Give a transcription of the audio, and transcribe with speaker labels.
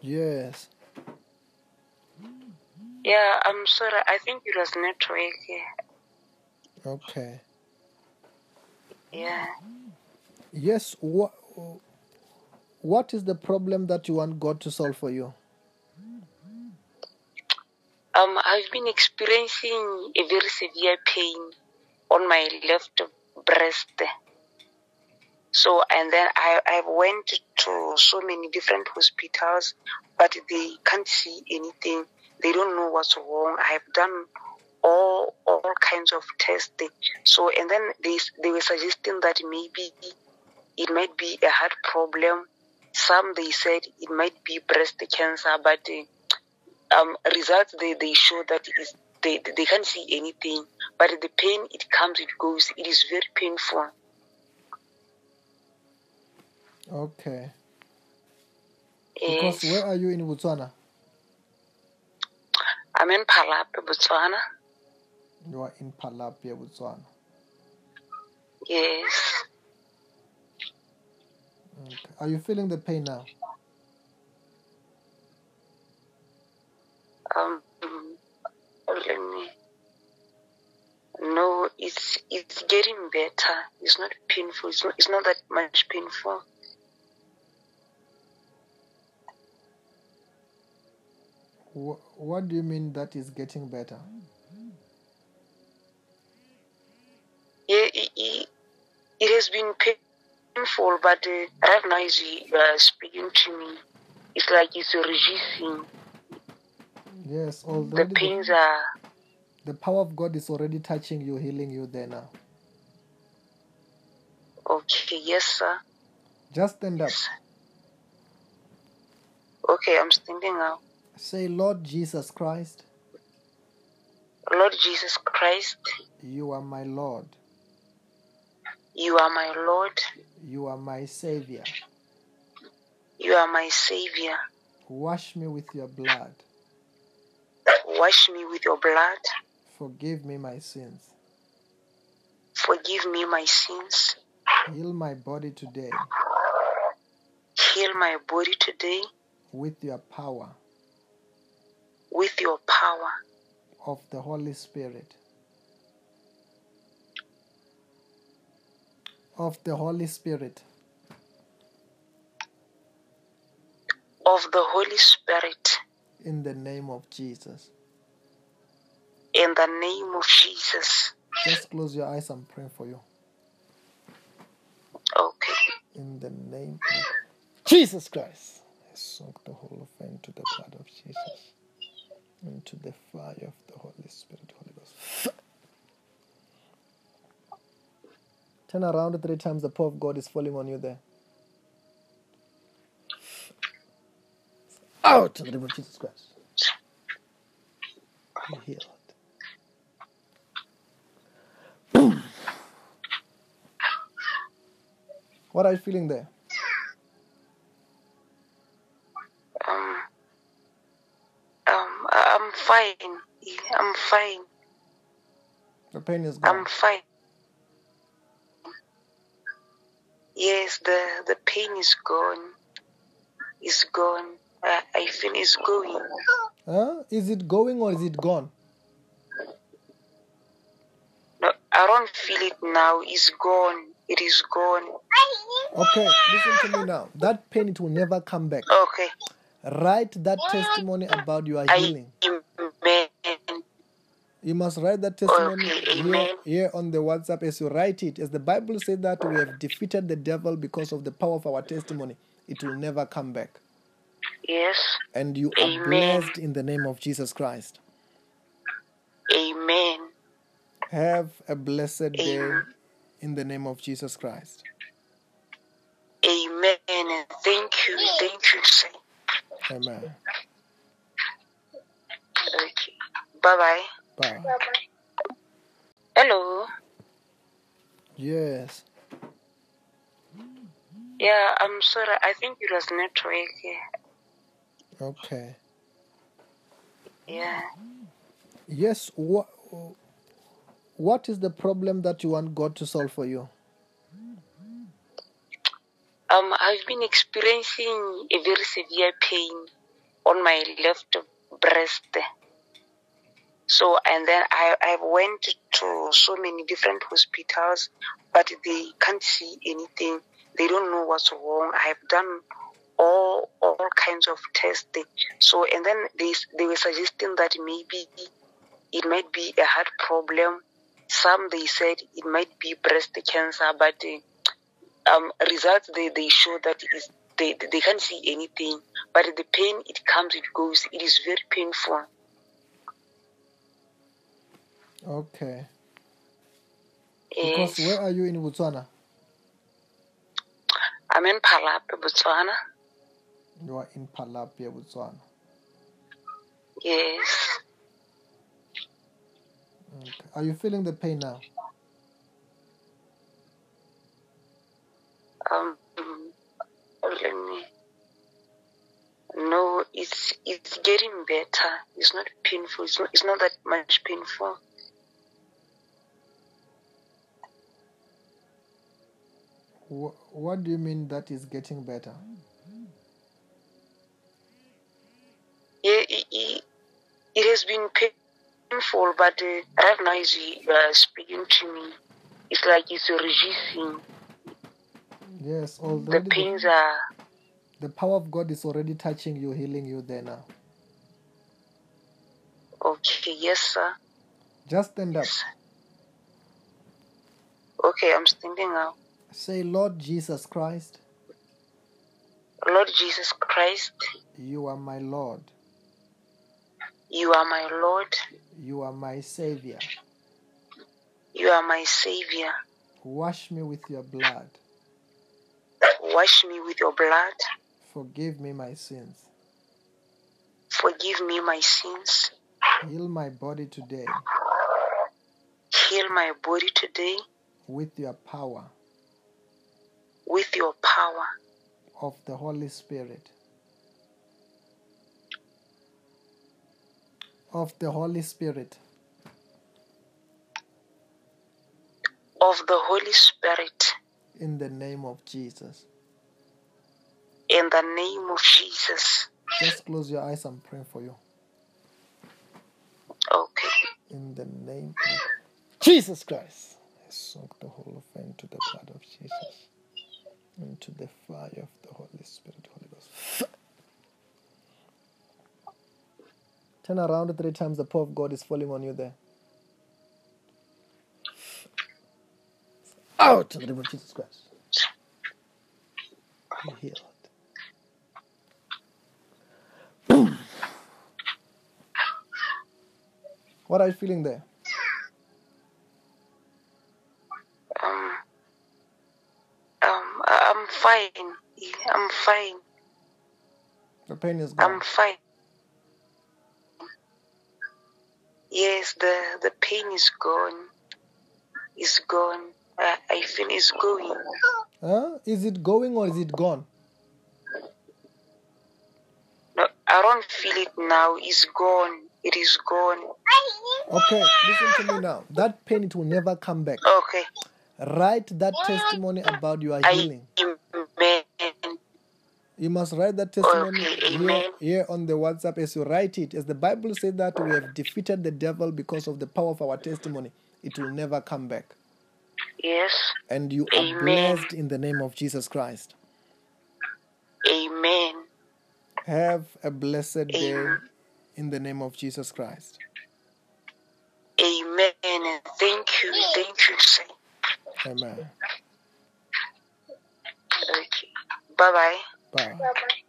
Speaker 1: Yes.
Speaker 2: Yeah, I'm sorry. I think it was network. Yeah.
Speaker 1: Okay.
Speaker 2: yeah.
Speaker 1: Yes. What What is the problem that you want God to solve for you?
Speaker 2: Um, I've been experiencing a very severe pain on my left breast. So, and then I, I went to so many different hospitals, but they can't see anything. They don't know what's wrong. I've done all all kinds of testing. So, and then they they were suggesting that maybe it might be a heart problem. Some they said it might be breast cancer, but uh, um, results they, they show that it is, they they can't see anything. But the pain it comes, it goes. It is very painful.
Speaker 1: Okay.
Speaker 2: Yes.
Speaker 1: Because where are you in Botswana?
Speaker 2: I'm in Palape, Botswana.
Speaker 1: You are in Palapia, Botswana.
Speaker 2: Yes.
Speaker 1: Okay. Are you feeling the pain now?
Speaker 2: Um, let me. No, it's it's getting better. It's not painful. It's not, it's not that much painful.
Speaker 1: Wh- what do you mean that is getting better?
Speaker 2: Yeah, it, it, it has been painful, but uh, right now it's uh, speaking to me. It's like it's reducing.
Speaker 1: Yes.
Speaker 2: The
Speaker 1: Already the,
Speaker 2: pains are.
Speaker 1: the power of God is already touching you, healing you there now.
Speaker 2: Okay, yes, sir.
Speaker 1: Just stand up.
Speaker 2: Okay, I'm standing up.
Speaker 1: Say, Lord Jesus Christ,
Speaker 2: Lord Jesus Christ,
Speaker 1: you are my Lord.
Speaker 2: you are my Lord.
Speaker 1: You are my Savior.
Speaker 2: You are my Savior.
Speaker 1: Wash me with your blood.
Speaker 2: Wash me with your blood.
Speaker 1: Forgive me my sins.
Speaker 2: Forgive me my sins.
Speaker 1: Heal my body today
Speaker 2: Heal my body today
Speaker 1: with your power
Speaker 2: with your power
Speaker 1: of the Holy Spirit. Of the Holy Spirit.
Speaker 2: of the Holy Spirit
Speaker 1: In the name of Jesus.
Speaker 2: in the name of Jesus.
Speaker 1: Just close your eyes. I'm praying for you.
Speaker 2: Okay.
Speaker 1: In the name of Jesus Christ. I soak the whole of it into the blood of Jesus. Into the fire of the Holy Spirit. Holy Ghost. Turn around three times. The power of God is falling on you there. Out in the name of Jesus Christ. Be healed. Boom. What are you feeling there?
Speaker 2: Um, um, I- I'm fine. Yeah, I'm fine.
Speaker 1: The pain is
Speaker 2: I'm
Speaker 1: gone.
Speaker 2: fine. Yes, the, the pain is gone. It's gone. I, I feel it's going.
Speaker 1: Huh? Is it going or is it gone?
Speaker 2: No, I don't feel it now. It's gone. It is gone.
Speaker 1: Okay, listen to me now. That pain, it will never come back.
Speaker 2: Okay.
Speaker 1: Write that testimony about your
Speaker 2: I
Speaker 1: healing.
Speaker 2: amen.
Speaker 1: You must write that testimony
Speaker 2: Okay,
Speaker 1: here,
Speaker 2: amen.
Speaker 1: here on the WhatsApp as you write it. As the Bible says that we have defeated the devil because of the power of our testimony, it will never come back.
Speaker 2: Yes.
Speaker 1: And you are
Speaker 2: Amen.
Speaker 1: blessed in the name of Jesus Christ.
Speaker 2: Amen.
Speaker 1: Have a blessed day
Speaker 2: Amen.
Speaker 1: in the name of Jesus Christ.
Speaker 2: Amen. Thank you. Thank you, Saint.
Speaker 1: Amen.
Speaker 2: Okay. Bye bye.
Speaker 1: Bye.
Speaker 2: Hello.
Speaker 1: Yes.
Speaker 2: Yeah, I'm sorry. I think it was network. Yeah.
Speaker 1: Okay.
Speaker 2: yeah.
Speaker 1: Yes. What What is the problem that you want God to solve for you?
Speaker 2: Um, I've been experiencing a very severe pain on my left breast. So and then I I went to so many different hospitals, but they can't see anything. They don't know what's wrong. I've done all all kinds of testing. So and then they they were suggesting that maybe it might be a heart problem. Some they said it might be breast cancer, but uh, um, results they, they show that it is, they they can't see anything. But the pain it comes, it goes. It is very painful.
Speaker 1: Okay.
Speaker 2: Yes.
Speaker 1: Because where are you in Botswana?
Speaker 2: I'm in Palape, Botswana.
Speaker 1: You are in Palapia, Botswana.
Speaker 2: Yes.
Speaker 1: Okay. Are you feeling the pain now?
Speaker 2: Um, let me. No, it's it's getting better. It's not painful. It's not, it's not that much painful.
Speaker 1: Wh- what do you mean that is getting better?
Speaker 2: Yeah, it, it, it has been painful, but uh, right now it's uh, speaking to me. It's like it's reducing.
Speaker 1: Yes,
Speaker 2: The
Speaker 1: already the,
Speaker 2: pains are.
Speaker 1: the power of God is already touching you, healing you there now.
Speaker 2: Okay, yes, sir.
Speaker 1: Just stand up.
Speaker 2: Okay, I'm standing now.
Speaker 1: Say, Lord Jesus Christ,
Speaker 2: Lord Jesus Christ,
Speaker 1: you are my Lord.
Speaker 2: you are my Lord.
Speaker 1: You are my Savior.
Speaker 2: You are my Savior.
Speaker 1: Wash me with your blood.
Speaker 2: Wash me with your blood.
Speaker 1: Forgive me my sins.
Speaker 2: Forgive me my sins.
Speaker 1: Heal my body today
Speaker 2: Heal my body today
Speaker 1: with your power
Speaker 2: with your power
Speaker 1: of the Holy Spirit. Of the Holy Spirit.
Speaker 2: of the Holy Spirit.
Speaker 1: In the name of Jesus.
Speaker 2: In the name of Jesus.
Speaker 1: Just close your eyes. I'm praying for you.
Speaker 2: Okay.
Speaker 1: In the name of Jesus Christ. I soak the whole of into the blood of Jesus. Into the fire of the Holy Spirit. Holy Ghost. Turn around three times. The power of God is falling on you there. Out in the name of Jesus Christ. Be healed. Boom. What are you feeling there?
Speaker 2: Um. Um. I- I'm fine. Yeah, I'm fine.
Speaker 1: The pain is gone.
Speaker 2: I'm fine. Yes, the the pain is gone. Is gone. Uh, I feel it's going.
Speaker 1: Huh? Is it going or is it gone?
Speaker 2: No, I don't feel it now. It's gone. It is gone.
Speaker 1: Okay, listen to me now. That pain, it will never come back.
Speaker 2: Okay.
Speaker 1: Write that testimony about your
Speaker 2: I
Speaker 1: healing.
Speaker 2: amen.
Speaker 1: You must write that testimony
Speaker 2: Okay,
Speaker 1: here,
Speaker 2: amen.
Speaker 1: here on the WhatsApp as you write it. As the Bible says that we have defeated the devil because of the power of our testimony, it will never come back.
Speaker 2: Yes.
Speaker 1: And you are
Speaker 2: Amen.
Speaker 1: blessed in the name of Jesus Christ.
Speaker 2: Amen.
Speaker 1: Have a blessed day
Speaker 2: Amen.
Speaker 1: in the name of Jesus Christ.
Speaker 2: Amen. And Thank you. Thank you, sir.
Speaker 1: Amen.
Speaker 2: Okay. Bye bye.
Speaker 1: Bye.